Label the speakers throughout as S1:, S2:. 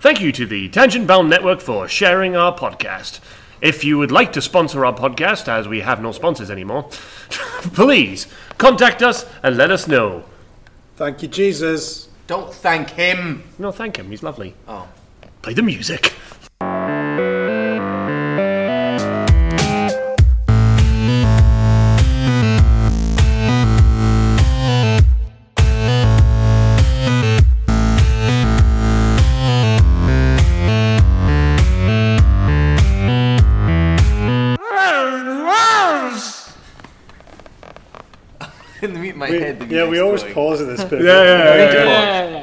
S1: Thank you to the Tangent Bound Network for sharing our podcast. If you would like to sponsor our podcast, as we have no sponsors anymore, please contact us and let us know.
S2: Thank you, Jesus.
S3: Don't thank him.
S1: No, thank him. He's lovely.
S3: Oh.
S1: Play the music.
S3: In the mute in my head. The
S2: Yeah, we
S3: music's
S2: always
S3: going.
S2: pause at this bit.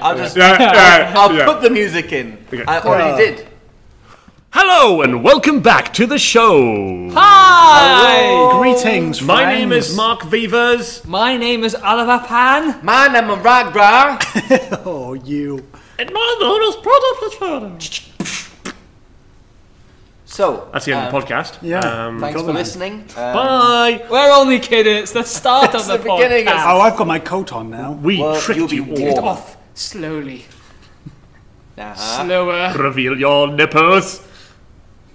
S3: I'll just.
S4: yeah,
S3: I'll
S4: yeah.
S3: put the music in. I already
S2: Ah.
S3: did.
S1: Hello and welcome back to the show.
S5: Hi!
S2: Greetings,
S1: My name is Mark Vivers,
S5: My name is Oliver Pan.
S3: Man, I'm a rag bra.
S2: Oh, you.
S1: and my name is
S3: So
S1: That's the end of
S3: um,
S1: the podcast.
S2: Yeah.
S3: Thanks for
S2: Come on.
S3: listening. Uh,
S1: Bye.
S5: We're only kidding. It's the start of
S3: the
S5: the,
S3: beginning,
S5: podcast.
S3: isn't
S2: Oh, I've got my coat on now.
S1: We
S3: well, you'll
S1: tricked
S3: be
S1: you.
S5: Get
S3: warm.
S5: off slowly,
S3: Uh-huh.
S5: slower.
S1: Reveal your nipples.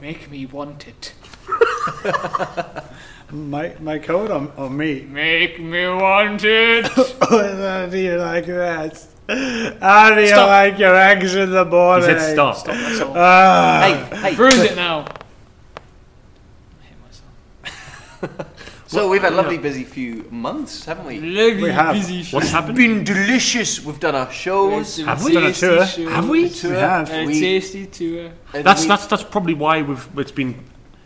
S5: Make me want it.
S2: My my coat on, on me.
S5: Make me want it.
S2: How do you like that? How do you
S5: Stop.
S2: like your eggs in the
S1: He
S2: morning?
S1: said stop.
S5: That's all.
S2: Ah.
S3: Hey, hey.
S5: Ruined it now. I hate myself.
S3: So we've had a lovely, busy few months, haven't we?
S5: Lovely
S2: We have.
S5: busy sh-
S1: What's happened?
S3: Been delicious. We've done our shows.
S5: Have
S2: we done a tour?
S1: Have we?
S2: we have.
S5: A
S3: We-
S5: tasty tour.
S3: and
S1: That's
S3: we-
S1: that's that's probably why we've it's been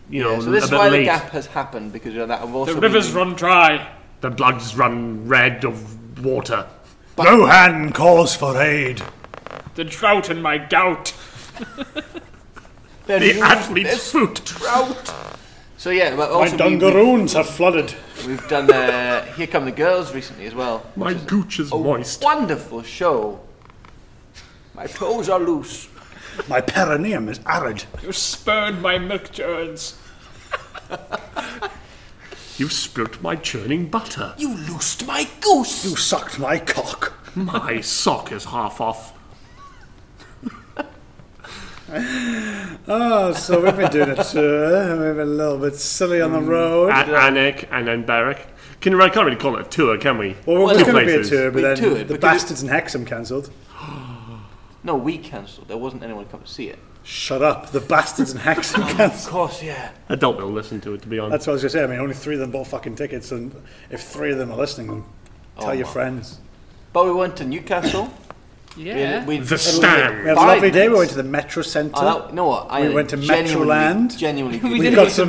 S1: you know
S3: So this
S1: a
S3: is
S1: bit
S3: why the
S1: late.
S3: gap has happened because of that. I've also
S5: The rivers
S3: been-
S5: run dry.
S1: The blood's run red of water.
S2: No hand calls for aid.
S5: The drought and my gout.
S3: There
S1: The
S3: is
S1: athlete's foot.
S3: drought. So yeah, but
S2: My
S3: also we, we've,
S2: dungaroons have flooded.
S3: we've done uh, Here Come the Girls recently as well.
S1: My gooch is
S3: A
S1: moist.
S3: Wonderful show. My toes are loose.
S2: My perineum is arid.
S5: You spurned my milk churns.
S1: You've spilt my churning butter.
S3: You loosed my goose.
S2: You sucked my cock.
S1: My sock is half off.
S2: Oh, so we've been doing a tour. We've been a little bit silly on the
S1: Mm,
S2: road.
S1: At Anik and then Barrack. Can I can't really call it a tour, can we?
S2: Well, we're
S3: Well,
S2: going
S3: two
S2: to be a
S1: places.
S2: tour, but
S3: We
S2: then
S3: toured
S2: the
S3: because it-
S2: bastards in Hexham cancelled.
S3: No, we cancelled. There wasn't anyone to come to see it.
S2: Shut up. The bastards in Hexham cancelled.
S3: Of course, yeah.
S1: Adult will listen to it to be honest.
S2: That's what I was going to say. I mean, only three of them bought fucking tickets, and if three of them are listening, then tell your
S3: well.
S2: friends.
S3: But we went to Newcastle.
S5: Yeah.
S3: We,
S1: The
S3: we,
S2: We had
S1: stand.
S2: a
S3: Five
S2: lovely day. We
S3: minutes.
S2: went to the Metro Centre.
S3: Oh, that, no, I
S2: We went to
S3: genuinely,
S2: Metroland.
S3: Genuinely,
S5: We
S3: good.
S5: did
S2: got
S5: go to
S2: some-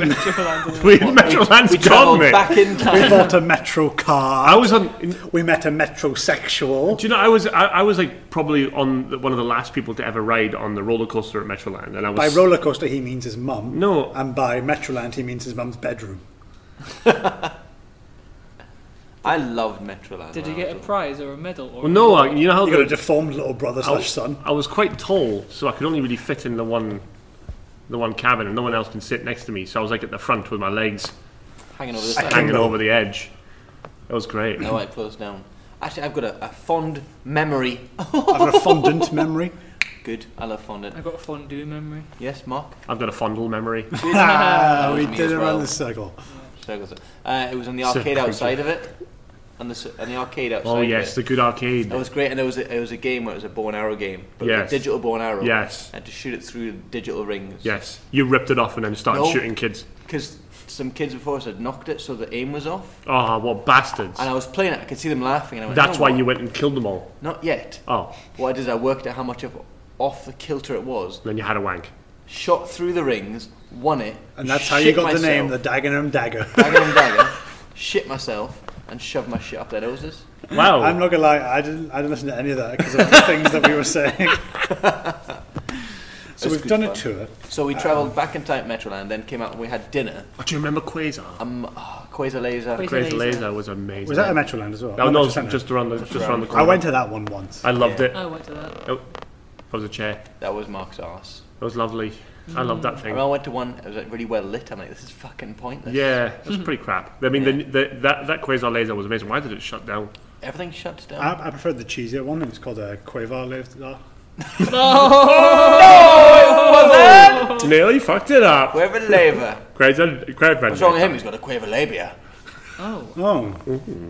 S5: Metroland.
S1: We Metroland's
S3: we
S1: gone,
S3: travelled
S1: mate.
S3: back in
S2: we
S3: time.
S2: bought a Metro
S1: I
S2: car.
S1: was on. in-
S2: We met a Metrosexual.
S1: do you know? I was. I, I was like probably on the, one of the last people to ever ride on the roller coaster at Metroland, and I was
S2: By roller coaster, he means his mum.
S1: No.
S2: And by Metroland, he means his mum's bedroom.
S3: Oh. I loved Metroland.
S5: Did
S3: when
S5: you
S3: I
S5: get a
S3: was
S5: prize or a medal? Or
S1: Well, no, I, you know how
S2: You got a
S1: the,
S2: deformed little brother slash son.
S1: I was quite tall, so I could only really fit in the one, the one cabin, and no one else can sit next to me. So I was like at the front with my legs
S3: hanging over this.
S2: I
S3: side.
S1: hanging
S2: Kinda.
S1: over the edge. That was great.
S3: No, I closed down. Actually, I've got a, a fond memory.
S2: I've got a fondant memory.
S3: Good, I love fondant.
S5: I got a fondue memory.
S3: Yes, Mark.
S1: I've got a fondle memory.
S2: Ah,
S3: That was
S2: we
S3: me
S2: did
S3: as
S2: it
S3: well.
S2: around the circle.
S3: Circles it. Uh, it was on the
S1: So
S3: arcade
S1: creepy.
S3: outside of it, and the s- on the arcade outside.
S1: oh yes,
S3: of
S1: the good arcade.
S3: it. that was great. And it was a, it was a game where it was a bow and arrow game, but with
S1: Yes.
S3: a digital bow and arrow.
S1: Yes.
S3: and to shoot it through digital rings.
S1: Yes, you ripped it off and then started
S3: No.
S1: shooting kids.
S3: because some kids before us had knocked it, so the aim was off.
S1: Oh, what bastards!
S3: And I was playing it. I could see them laughing, and I went,
S1: That's
S3: "No,
S1: why
S3: what?
S1: you went and killed them all.
S3: Not yet.
S1: Oh,
S3: What I did is I worked out how much of off the kilter it was,
S1: then you had a wank.
S3: shot through the rings, won it,
S2: And that's how you
S3: shit
S2: got the name, the
S3: myself,
S2: Dagenham Dagger.
S3: dagger and dagger, shit myself, and shoved my shit up their noses.
S1: Wow.
S2: I'm not gonna lie, I didn't, I didn't listen to any of that because of the things that we were saying. so
S3: That's
S2: we've
S3: good
S2: done a
S3: fun.
S2: tour.
S3: So we travelled back in time Metroland, then came out and we had dinner.
S1: Oh, do you remember Quasar?
S3: Um, oh, Quasar Laser.
S5: Quasar-
S1: Crazy
S5: Laser.
S1: Laser was amazing.
S2: Was that a Metroland as well?
S1: Oh, no,
S2: Metro
S1: it's
S2: Centre.
S1: just around the just around the corner.
S2: I went to that one once.
S1: I loved it.
S5: I went to that.
S1: Oh, that was a chair.
S3: That was Mark's arse.
S1: That was lovely. I loved that
S3: I
S1: thing.
S3: remember I went to one, it was like really well lit. I'm like, this is fucking pointless.
S1: Yeah, it was pretty crap. I mean, the, the, that that quasar laser was amazing. Why did it shut down?
S2: Ah.
S3: Everything shuts down.
S2: uh, I, I preferred the cheesier one. It was called a Quavar Live.
S1: Nearly fucked it up.
S3: Quaver
S1: Great, great
S3: What's wrong with him? He's got a quaver
S5: Oh.
S2: Oh,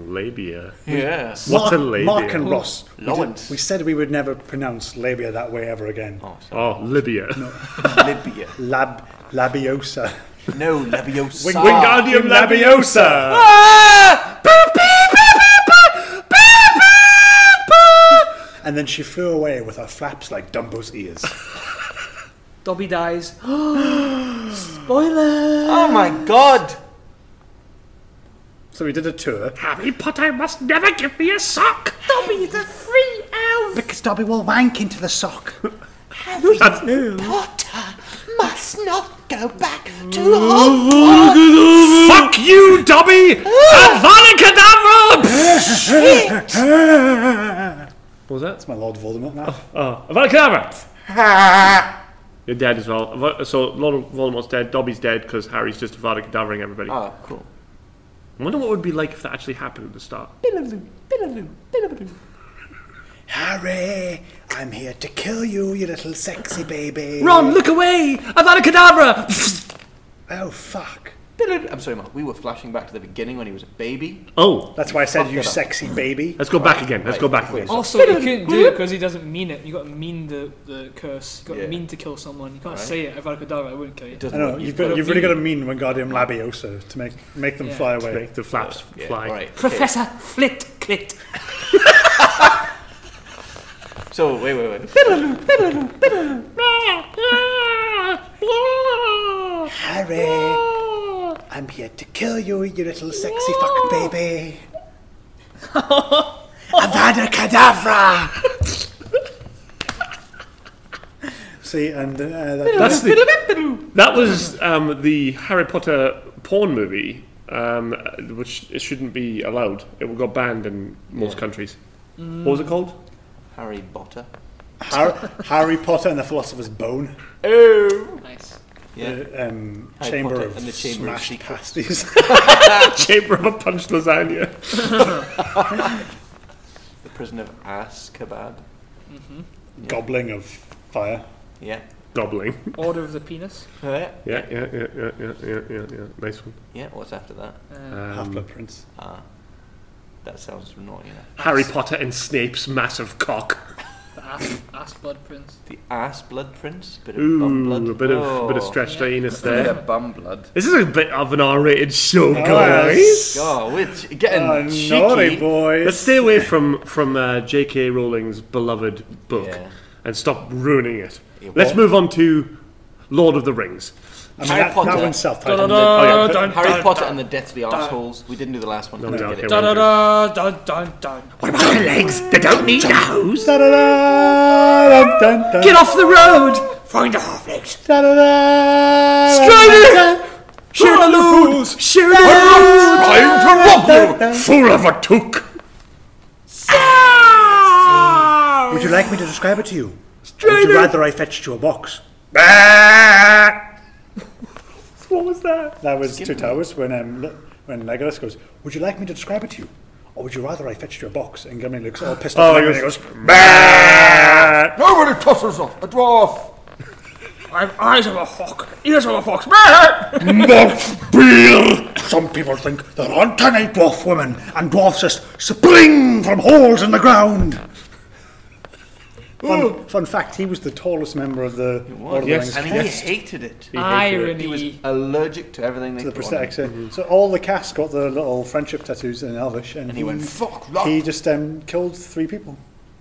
S1: Labia.
S3: Yeah. Yes.
S1: What
S2: Mark,
S1: a lady.
S2: Mark and Ross. We, did-
S3: Lawrence.
S2: we said we would never pronounce labia that way ever again.
S1: Oh, Libya.
S3: Libya.
S2: Lab labiosa.
S3: No, Labiosa.
S1: Wingardium Labiosa!
S3: Ah!
S2: And then she flew away with her flaps like Dumbo's ears.
S5: Dobby dies. Spoiler!
S3: Oh my god!
S2: So we did a tour.
S1: Harry Potter must never give me a sock!
S5: Dobby the free elf!
S2: Because Dobby will wank into the sock.
S4: Potter must not go back to
S5: Mm.
S4: Hogwarts.
S1: Fuck you, Dobby! Avada Kedavra! what was that?
S2: That's my Lord Voldemort now.
S1: Oh, Avada Kedavra! You're dead as well. Ava- So Lord Voldemort's dead, Dobby's dead because Harry's just Avada Kedavraing everybody.
S3: Oh, cool.
S1: I wonder what it would be like if that actually happened at the start.
S2: Harry, I'm here to kill you, you little sexy baby.
S1: Ron, look away! Avada Kedavra!
S2: Oh, fuck.
S3: I'm sorry, Mark. We were flashing back to the beginning when he was a baby.
S1: oh,
S2: That's why I said
S3: Fuck
S2: you
S3: it up.
S2: sexy baby.
S1: let's go back again. Let's go back again.
S5: Also, you couldn't do it because he doesn't mean it. You got to mean the, the curse. You got
S3: Yeah.
S5: to mean to kill someone. You can't say it. Avada Kedavra, I wouldn't kill you.
S2: I know, you've, got, you've really got to mean Wingardium Labiosa to make, make them
S5: Yeah.
S2: fly away.
S1: Make the flaps
S3: Yeah,
S1: fly.
S3: Right. okay.
S5: Professor Flit Clit.
S3: So, wait, wait, wait.
S2: Harry, I'm here to kill you, you little sexy fuck baby. Avada Kedavra! See, and uh, that,
S1: That's the, that was um, the Harry Potter porn movie, um, which it shouldn't be allowed. It got banned in most countries. What was it called?
S3: Harry Potter.
S2: Har- Harry Potter and the Philosopher's Bone
S3: Oh!
S5: Nice.
S3: Yeah.
S2: um,
S3: Harry
S2: chamber
S3: Potter
S2: of
S3: and the Chamber of
S2: smashed
S3: Secrets.
S2: pasties.
S1: Chamber of a Punch Lasagna.
S3: The Prison of Azkaban.
S2: Gobbling of fire.
S3: Yeah.
S1: Gobbling.
S5: Order of the Penis.
S3: Yeah.
S1: Yeah, yeah, yeah, yeah, yeah, yeah, yeah, yeah. Nice one.
S3: Yeah, what's after that?
S5: Uh,
S2: Half
S1: Um,
S2: Blood Prince.
S3: Ah. That sounds naughty enough.
S1: Harry Potter and Snape's massive cock.
S5: the ass, ass blood prince.
S3: The ass blood prince? Bit of bum
S1: Ooh,
S3: blood.
S1: a bit of bit of
S3: Oh.
S1: stretched
S5: Yeah.
S1: anus
S3: Bit
S1: there.
S3: of bum blood.
S1: This is a bit of an R-rated show, guys.
S3: Oh, we're ch- getting
S2: Oh,
S3: cheeky.
S2: naughty boys.
S1: Let's stay away from from uh, J.K. Rowling's beloved book
S3: Yeah.
S1: and stop ruining it.
S3: Yeah,
S1: Let's
S3: what?
S1: move on to Lord of the Rings.
S2: I mean,
S3: Harry
S2: that,
S3: Potter. Oh,
S2: that one's self-titled.
S5: Dun, dun,
S1: yeah.
S5: dun, dun,
S3: Harry
S5: dun,
S3: Potter
S5: dun,
S3: and the Deathly Arseholes. We didn't do the last one.
S1: No,
S3: Let's
S1: no, okay,
S3: get it.
S1: we're-
S5: dun, dun, dun, dun, dun.
S1: What about the legs? They don't need nose.
S2: Da da da dun, dun, dun. Get
S1: off the road. Find a halfling.
S2: da da da.
S1: Share the food. Share Trying to rob you, fool of a took.
S2: Would you like me to describe it to you? Or Would you rather I fetched you a box?
S1: What was that?
S2: That was Two Towers when um, Le- when Legolas goes, "Would you like me to describe it to you, or would you rather I fetched you a box?" And Gimli looks all pissed off.
S1: Oh,
S2: at
S1: he
S2: Legolas and
S1: goes.
S2: he goes,
S4: Nobody tosses off a dwarf.
S5: I have eyes of a hawk, ears of a fox.
S2: "Not beer." Some people think there aren't any dwarf women, and dwarfs just spring from holes in the ground. Fun, fun fact: He was the tallest member of the Lord of the
S1: Yes.
S2: Rings
S3: And
S2: cast.
S3: he hated it. He was
S5: Irony.
S3: allergic to everything they
S2: The
S3: put on
S2: prosthetics,
S3: him.
S2: yeah. So all the cast got their little friendship tattoos in Elvish, and,
S3: And he went, fuck,
S2: He
S4: Lord.
S2: just um, killed three people.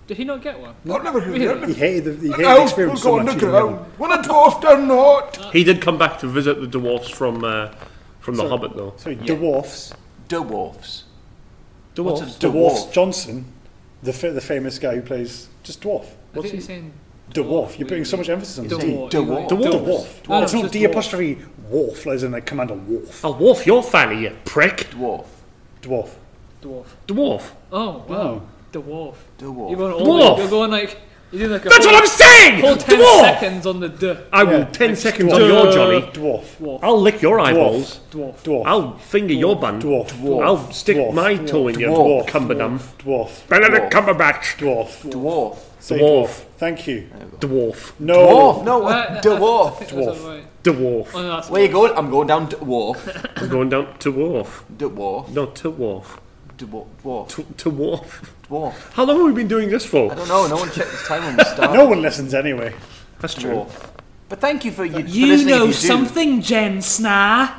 S5: Did he not get one?
S4: I'll never hear
S5: Really?
S4: the end
S2: He
S4: of
S2: hated the, he hated the
S4: an elf will
S2: experience so much.
S4: go
S2: he never-
S4: underground when a dwarf does not.
S1: He did come back to visit the dwarfs from uh, from the
S2: So-
S1: Hobbit, though.
S2: Sorry, dwarfs.
S3: Dwarfs.
S1: Dwarfs.
S3: What's a
S2: Dwarfs
S3: dwarf?
S2: Johnson, the fa- the famous guy who plays just dwarf.
S5: I
S2: What's
S5: think
S2: he?
S5: he's saying
S2: Dwarf. You're putting so much emphasis on the D.
S5: Dwarf.
S2: Dwarf.
S3: Dwarf.
S5: Dwarf.
S2: Dwarf.
S1: Oh,
S5: No, no,
S2: It's not
S5: just
S2: D
S5: dwarf.
S2: apostrophe wharf, as in like Commander Wharf.
S1: I'll dwarf your fanny, you prick.
S3: Dwarf.
S2: Dwarf.
S5: Dwarf.
S1: Dwarf.
S5: Oh, wow.
S2: Oh.
S5: Dwarf.
S3: Dwarf.
S5: You're going all
S1: Dwarf.
S5: You're going like. You do like a
S1: That's
S5: whole,
S1: what I'm saying!
S5: Whole ten
S1: dwarf!
S5: seconds on the d.
S1: I will
S2: Yeah.
S1: 10 seconds
S2: Dwarf.
S1: on your
S5: Duh.
S1: jolly.
S2: Dwarf.
S1: I'll lick your eyeballs.
S5: Dwarf.
S2: Dwarf.
S1: I'll finger your bun.
S2: Dwarf. Dwarf.
S1: I'll stick
S2: Dwarf.
S1: my toe in your
S3: Dwarf.
S1: cumberdum.
S2: Dwarf.
S1: Benedict Cumberbatch.
S2: Dwarf.
S3: Dwarf.
S2: Say
S1: Dwarf.
S2: Thank you.
S1: Dwarf.
S2: No.
S3: Dwarf. No,
S5: Uh, I
S3: dwarf.
S5: think that's
S2: Oh. Dwarf.
S5: alright.
S1: Dwarf.
S5: Oh, no, that's
S3: Where you going? I'm going down dwarf.
S1: I'm going down to wharf.
S3: Dwarf.
S1: No, to wharf.
S3: Dwarf. Dwarf.
S1: To, to wharf.
S3: Dwarf.
S1: How long have we been doing this
S3: I
S1: for?
S3: don't know. No one checked his time when we started.
S2: No one listens anyway.
S1: That's true.
S3: Dwarf. But thank you for you, for
S5: You
S3: listening if
S5: know
S3: you do.
S5: something, Jen Snar.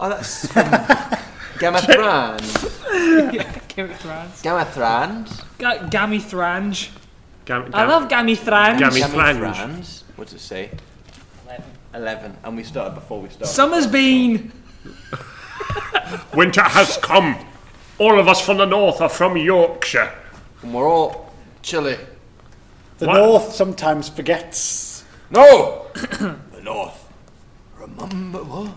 S3: Oh, that's from Gamathrand.
S5: Gamithrand.
S3: Gamathrand.
S5: Ga- Gamithrand.
S1: Gam-
S5: I
S1: gam-
S5: love Gamithrand.
S1: Gammy flange.
S3: Gamithrand. What's it say? Eleven. And we started before we started.
S5: Summer's been.
S1: Winter has come. All of us from the north are from Yorkshire.
S3: and we're all chilly.
S2: The
S1: What?
S2: North sometimes forgets.
S3: No. the north. Remember what?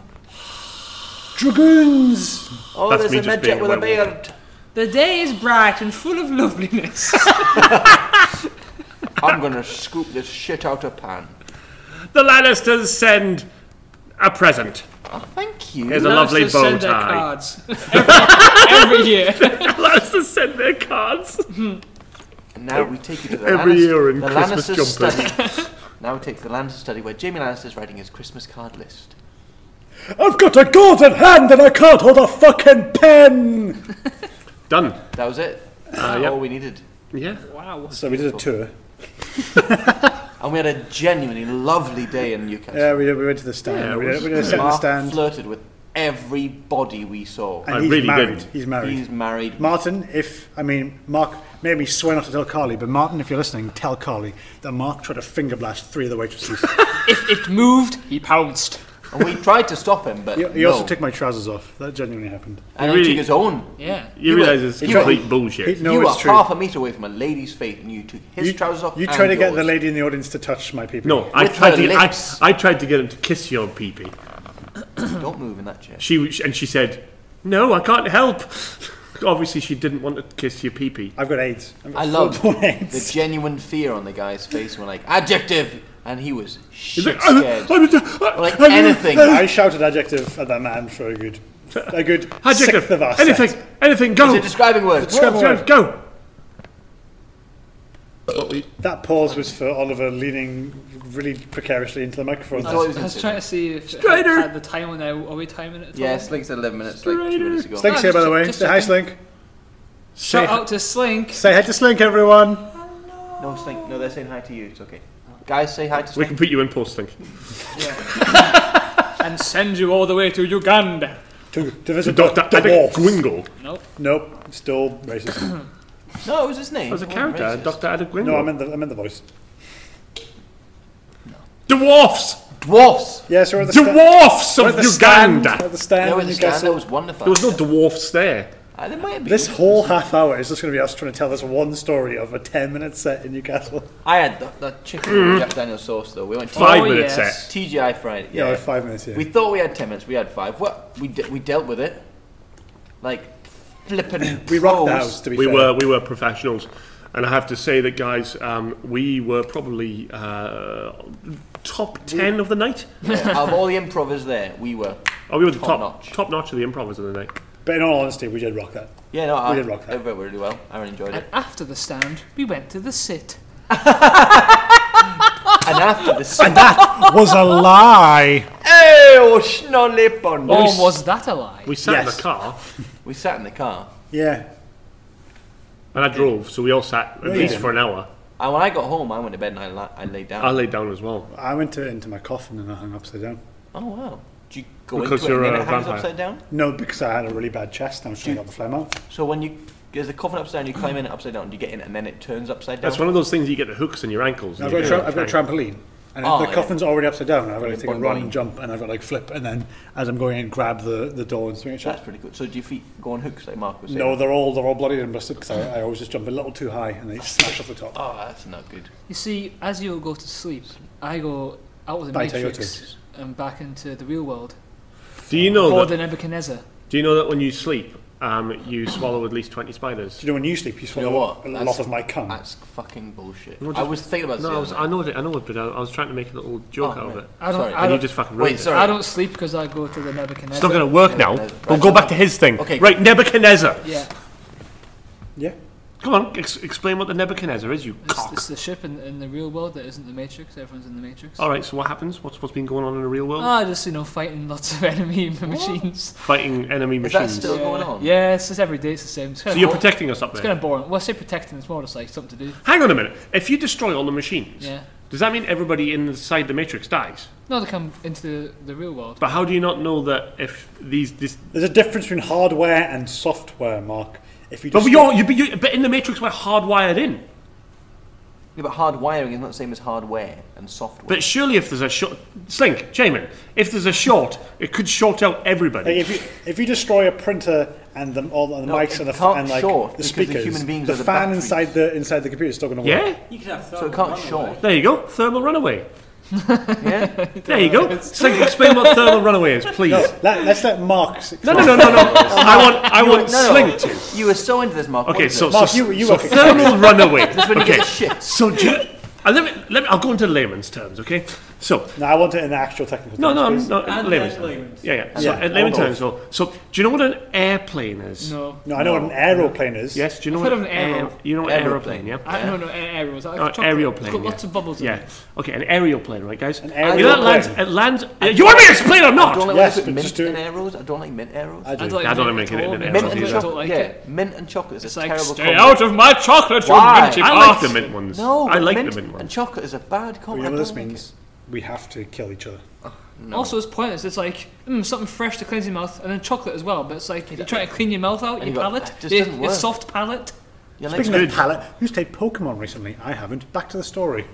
S2: Dragoons!
S3: Oh,
S1: That's
S3: there's
S1: me
S3: a
S1: just being
S3: midget
S1: a
S3: with a
S1: werewolf.
S3: beard.
S5: The day is bright and full of loveliness.
S3: I'm gonna scoop this shit out of pan.
S1: The Lannisters send a present.
S3: Oh, thank you.
S1: Here's a lovely
S5: Lannisters
S1: bow
S5: send their
S1: tie.
S5: cards. every, every year.
S1: Lannisters send their cards.
S3: And now we take you to the
S1: Every
S3: Lannis-
S1: year in
S3: the
S1: Christmas
S3: Lannister
S1: jumpers.
S3: study. now we take you to the Lannister study where Jamie Lannister is writing his Christmas card list.
S2: I've got a golden hand and I can't hold a fucking pen!
S1: Done.
S3: That was it. That's
S1: yep.
S3: all we needed.
S1: Yeah.
S5: Wow.
S2: So we did a tour.
S3: And we had a genuinely lovely day in Newcastle.
S2: Yeah, we, did, we went to the stand.
S1: Yeah, it
S2: we, did,
S1: was-
S2: we did a sit in the
S3: Mark
S2: stand.
S3: flirted with everybody we saw.
S2: and
S1: I
S2: he's
S1: Oh, really
S2: married.
S1: didn't.
S2: He's married.
S3: He's married.
S2: Martin, if I mean Mark, made me swear not to tell Carly, but Martin, if you're listening, tell Carly that Mark tried to finger blast three of the waitresses.
S5: If it moved, he pounced.
S3: and we tried to stop him, but
S2: he he
S3: no.
S2: also took my trousers off. That genuinely happened.
S3: and
S1: Really?
S3: he took his own.
S5: Yeah.
S1: You
S3: You were-
S1: realise it's
S3: you were-
S1: complete bullshit.
S2: He- no,
S3: you
S2: it's
S3: are
S2: true.
S3: half a meter away from a lady's feet, and you took his
S2: you,
S3: trousers off.
S2: You
S3: and
S2: try to get the
S3: yours.
S2: lady in the audience to touch my people.
S1: No, I
S3: With
S1: tried
S3: her
S1: to. I,
S3: lips.
S1: I tried to get him to kiss your peepee.
S3: Don't move in that chair.
S1: She and she said, "No, I can't help." Obviously, she didn't want to kiss your peepee.
S2: I've got AIDS. I've got
S3: I love
S2: full-blown
S3: the
S2: AIDS.
S3: genuine fear on the guy's face when like adjective, and he was shit
S1: He's like,
S3: scared.
S2: Oh,
S1: uh,
S3: like anything.
S2: I shouted adjective at that man for a good, a good sixth of us.
S1: anything, anything, go,
S3: It's a describing word.
S1: go, go, go.
S2: That pause was for Oliver leaning really precariously into the microphone.
S3: I thought it was
S5: I was
S3: incident.
S5: trying to see if it
S1: Strider.
S5: had the time on there. Are we timing it at all?
S3: Yeah, Slink's at 11 minutes, like two
S1: Straighter.
S3: minutes ago.
S2: Slink's here, by the way.
S5: Just
S2: Say hi, Slink.
S5: Shout
S2: uh,
S5: out to Slink.
S2: Say hi to Slink, everyone.
S3: No, Slink, no, they're saying hi to you. It's okay. Guys, say hi to
S1: We
S3: Slink.
S1: can put you in posting.
S5: and send you all the way to Uganda.
S2: To, to visit
S1: Doctor
S2: the
S1: Alec
S2: dwarf.
S1: Gwingle.
S5: Nope.
S2: Nope, still racist.
S3: No, it was his name.
S1: That was a
S3: It wasn't
S1: character,
S3: racist.
S1: Doctor Alec Gwingle.
S2: no, I meant the I meant the voice.
S1: Dwarfs,
S3: Dwarfs!
S2: Yeah, so we're at the sta-
S1: dwarfs
S2: we're
S1: of
S2: at the stand.
S1: Uganda.
S2: we're at the stand in
S3: There was a stand,
S2: Newcastle.
S3: that was wonderful.
S1: There was no dwarfs there.
S3: Ah, there might have been.
S2: This whole half hour is just going to be us trying to tell this one story of a ten-minute set in Newcastle.
S3: I had the, the chicken with Jack Daniel sauce though. We went to
S1: Five
S5: Oh,
S1: minutes
S5: yes.
S1: set.
S3: TGI Friday.
S2: Yeah,
S3: Yeah.
S2: like five minutes. Yeah,
S3: We thought we had ten minutes. We had five. What we de- we dealt with it, like flipping.
S2: Oh, we rocked the
S3: pros.
S2: house. To be
S1: We
S2: fair.
S1: were we were professionals, and I have to say that guys, um, we were probably uh, top ten of the night.
S3: Yeah, Out of all the improvers there, we were.
S1: Oh, we were the top
S3: Top
S1: top notch,
S3: notch.
S1: of the improvers of the night.
S2: But in all honesty, we did rock that.
S3: Yeah, no, I,
S2: did rock that.
S3: It went really well. Aaron enjoyed
S5: And
S3: it.
S5: after the stand, we went to the sit.
S3: and after the second,
S2: was a lie.
S3: oh, schnolly bun.
S2: Oh,
S5: Or was that a lie?
S1: We sat in
S2: Yes.
S1: the car
S3: We sat in the car,
S2: Yeah,
S1: and I drove, so we all sat at
S2: Yeah.
S1: least for an hour.
S3: and when I got home, I went to bed and I, la- I laid down.
S1: I laid down as well.
S2: I went to, into my coffin and I hung upside down.
S3: oh wow! Do you go
S1: Because
S3: into
S1: you're
S3: it and
S1: a
S3: then it hangs
S1: vampire.
S3: upside down?
S2: No, because I had a really bad chest and I was trying to get the phlegm out.
S3: So when you there's the coffin upside down, you climb in it upside down. Do you get in it and then it turns upside down?
S1: That's one of those things you get the hooks in your ankles. and
S2: I've
S1: you
S2: got,
S1: go,
S2: a tra- I've got a
S1: "Bang."
S2: trampoline. And
S3: Oh,
S2: the
S3: yeah.
S2: coffin's already upside down. I've got to take a
S3: Boing,
S2: run
S3: boing.
S2: and jump, and I've got to like flip, and then as I'm going in, grab the, the door and swing it
S3: That's
S2: shut.
S3: pretty good. So do your feet go on hooks like Mark was saying?
S2: No, they're all they're all bloody and busted because I, I always just jump a little too high and they smash off the top.
S3: Oh, that's not good.
S5: You see, as you go to sleep, I go out of the
S2: Bite out your
S5: matrix and back into the real world.
S1: Do you know
S5: Or
S1: that?
S5: the Nebuchadnezzar.
S1: Do you know that when you sleep, um, you swallow at least 20 spiders.
S2: you know when you sleep, you
S3: You
S2: swallow
S3: know what?
S2: a
S3: That's-
S2: lot of my cum.
S3: That's fucking bullshit.
S1: No,
S3: I
S1: just-
S3: was thinking about this.
S1: No,
S3: the
S1: I,
S3: other
S1: was,
S3: night.
S1: I know it, I know it, but I, I was trying to make a little joke
S3: Oh,
S1: out of
S3: man.
S1: it.
S5: I don't-
S3: Sorry.
S5: I
S1: And you
S5: don't-
S1: just fucking ruined
S3: Wait,
S1: it.
S3: sorry.
S5: I don't sleep because I go to the Nebuchadnezzar.
S1: It's not going to work now. We'll go back to his thing.
S3: Okay.
S1: Right, Nebuchadnezzar.
S5: Yeah,
S2: yeah.
S1: Come on, ex- explain what the Nebuchadnezzar is, you
S5: it's,
S1: cock.
S5: it's the ship in, in the real world that isn't the Matrix. Everyone's in the Matrix.
S1: All right, so what happens? What's what's been going on in the real world?
S3: Uh,
S5: Ah, just you know, fighting lots of enemy machines.
S1: Fighting enemy
S3: Is that
S1: machines.
S3: still- What's going on?
S5: Yeah, it's just every day. It's the same. It's kind
S1: so
S5: of
S1: you're
S5: boring.
S1: protecting us up
S5: It's
S1: there.
S5: kind of boring. Well, I say protecting. It's more just like something to do.
S1: Hang on a minute. If you destroy all the machines,
S5: Yeah.
S1: does that mean everybody inside the Matrix dies?
S5: No, they come into the, the real world.
S1: But how do you not know that if these this?
S2: There's a difference between hardware and software, Mark. If you
S1: But
S2: just
S1: you're, you you but in the Matrix we're hardwired in.
S3: Yeah, but hard wiring is not the same as hardware and software.
S1: But surely if there's a short slink, Jamin, if there's a short, it could short out everybody.
S2: Like, if you if you destroy a printer and the all the
S3: No,
S2: mics
S3: it
S2: and the f-
S3: can't
S2: and like the
S3: short because the
S2: speakers,
S3: human beings
S2: the
S3: are the
S2: fan
S3: batteries.
S2: inside the inside the computer is still going to work.
S1: yeah,
S6: You could have
S3: so
S6: thermal
S3: it can't
S6: runaway.
S3: short.
S1: there you go. Thermal runaway.
S3: Yeah?
S1: There you go. Slink, explain what thermal runaway is, please.
S2: Let, let's let Mark. s-
S1: No, no, no, no, no. I want I want
S3: No, no,
S1: slink to.
S3: You were so into this, Mark.
S1: Okay,
S3: wasn't
S1: so
S3: it?
S1: so,
S2: Mark, you- you
S1: so
S2: work at-
S1: thermal runaway.
S3: when you get
S1: Okay,
S3: the shit.
S1: so do you, uh, let me let me. I'll go into layman's terms. Okay, so
S2: No, I want it in actual technical.
S1: No,
S2: terms,
S1: no, I'm not
S2: please.
S6: And
S1: layman's.
S6: then layman's.
S1: Yeah, yeah. So
S2: Yeah.
S1: at layman's
S2: Oh,
S1: terms, so, so do you know what an airplane is?
S5: No.
S2: No, I know what an aeroplane is.
S1: Yes, do you know what
S5: I've heard of an aero.
S1: you know what aeroplane,
S3: Aeroplane.
S1: yeah?
S5: I, No, no, a- aerials. Like
S1: Oh,
S5: chocolate.
S1: aeroplane,
S5: It's got
S1: yeah.
S5: lots of bubbles in
S1: Yeah.
S5: it.
S1: Okay, an aeroplane, right, guys? An
S2: aeroplane.
S1: You know, it lands. It lands. uh, you want me to explain or
S3: I don't
S1: not?
S3: like
S2: Yes,
S3: when they
S2: but
S3: put mint
S2: just do
S3: in
S2: it.
S3: arrows. I don't like mint arrows.
S2: I do.
S5: I'd like
S1: I don't
S5: to
S1: make it
S5: at
S1: in
S5: all.
S1: aeros
S3: mint
S1: I
S3: and
S1: either.
S5: I
S3: chocolate.
S5: don't like
S3: yeah,
S5: it.
S3: mint and chocolate is
S5: It's
S3: a
S5: like,
S3: terrible
S5: stay
S3: combo.
S5: out of my chocolate, you
S3: Why?
S5: minty
S1: I like the
S5: ass."
S1: mint ones.
S3: No,
S1: I like
S3: mint
S1: the mint
S3: And
S1: ones.
S3: chocolate is a bad combo.
S2: You
S3: I
S2: know what
S3: don't
S2: this
S3: like
S2: means? We have to kill each other.
S5: Also, it's pointless. It's like mm, something fresh to cleanse your mouth, and then chocolate as well. But it's like you're trying to clean your mouth out,
S3: And you
S5: your
S3: got-
S5: palate,
S3: that just
S5: your,
S3: doesn't
S5: your
S3: work.
S5: soft palate.
S3: it. You're like,
S2: Speaking of palette, who's played Pokemon recently? I haven't. Back to the story.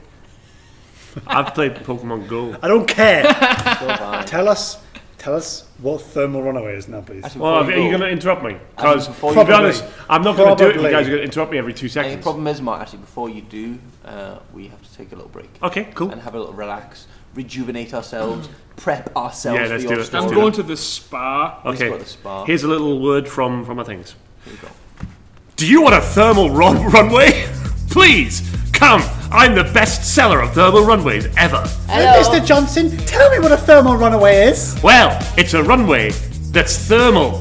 S1: I've played Pokemon Go.
S2: I don't care.
S3: so bad.
S2: tell us, tell us what thermal runaway is now, please.
S3: Actually,
S1: Well,
S3: before
S1: are
S3: you
S1: you
S3: go-
S1: going to interrupt me? Because,
S3: before
S1: to
S3: you
S1: be
S2: go-
S1: honest, I'm not going to do it if you
S2: Probably.
S1: guys are going to interrupt me every two
S3: The
S1: seconds.
S3: problem is, Mark, actually, before you do, uh, we have to take a little break.
S1: Okay, cool.
S3: And have a little relax, rejuvenate ourselves, prep ourselves
S1: Yeah,
S3: for
S1: let's
S3: your
S1: do it,
S3: story.
S1: let's do it.
S5: to the spa.
S1: Okay.
S3: got the spark.
S1: Here's a little word from from my things.
S3: Here we go.
S1: Do you want a thermal run- runway? Please come. I'm the best seller of thermal runways ever.
S2: Mr. Johnson, tell me what a thermal runaway is.
S1: Well, it's a runway that's thermal.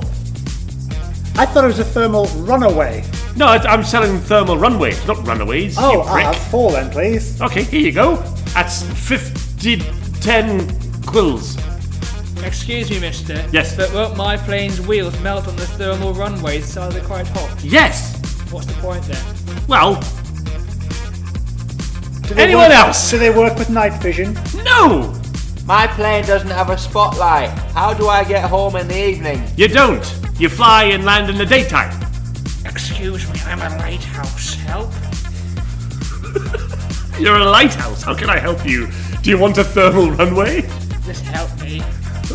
S2: I thought it was a thermal runaway.
S1: No, I- I'm selling thermal runways, not runaways. you
S2: Oh, I
S1: prick.
S2: have four then, please.
S1: Okay, here you go. That's 50, 10 quills.
S5: Excuse me, mister.
S1: Yes.
S5: But won't my plane's wheels melt on the thermal runways so they're quite hot?
S1: Yes.
S5: What's the point then?
S1: Well,
S2: Do they
S1: Anyone
S2: work-
S1: else?
S2: Do they work with night vision?
S1: no,
S3: My plane doesn't have a spotlight. How do I get home in the evening?
S1: you don't. You fly and land in the daytime.
S5: Excuse me, I'm a lighthouse. Help?
S1: You're a lighthouse. How can I help you? Do you want a thermal runway?
S5: Just help me.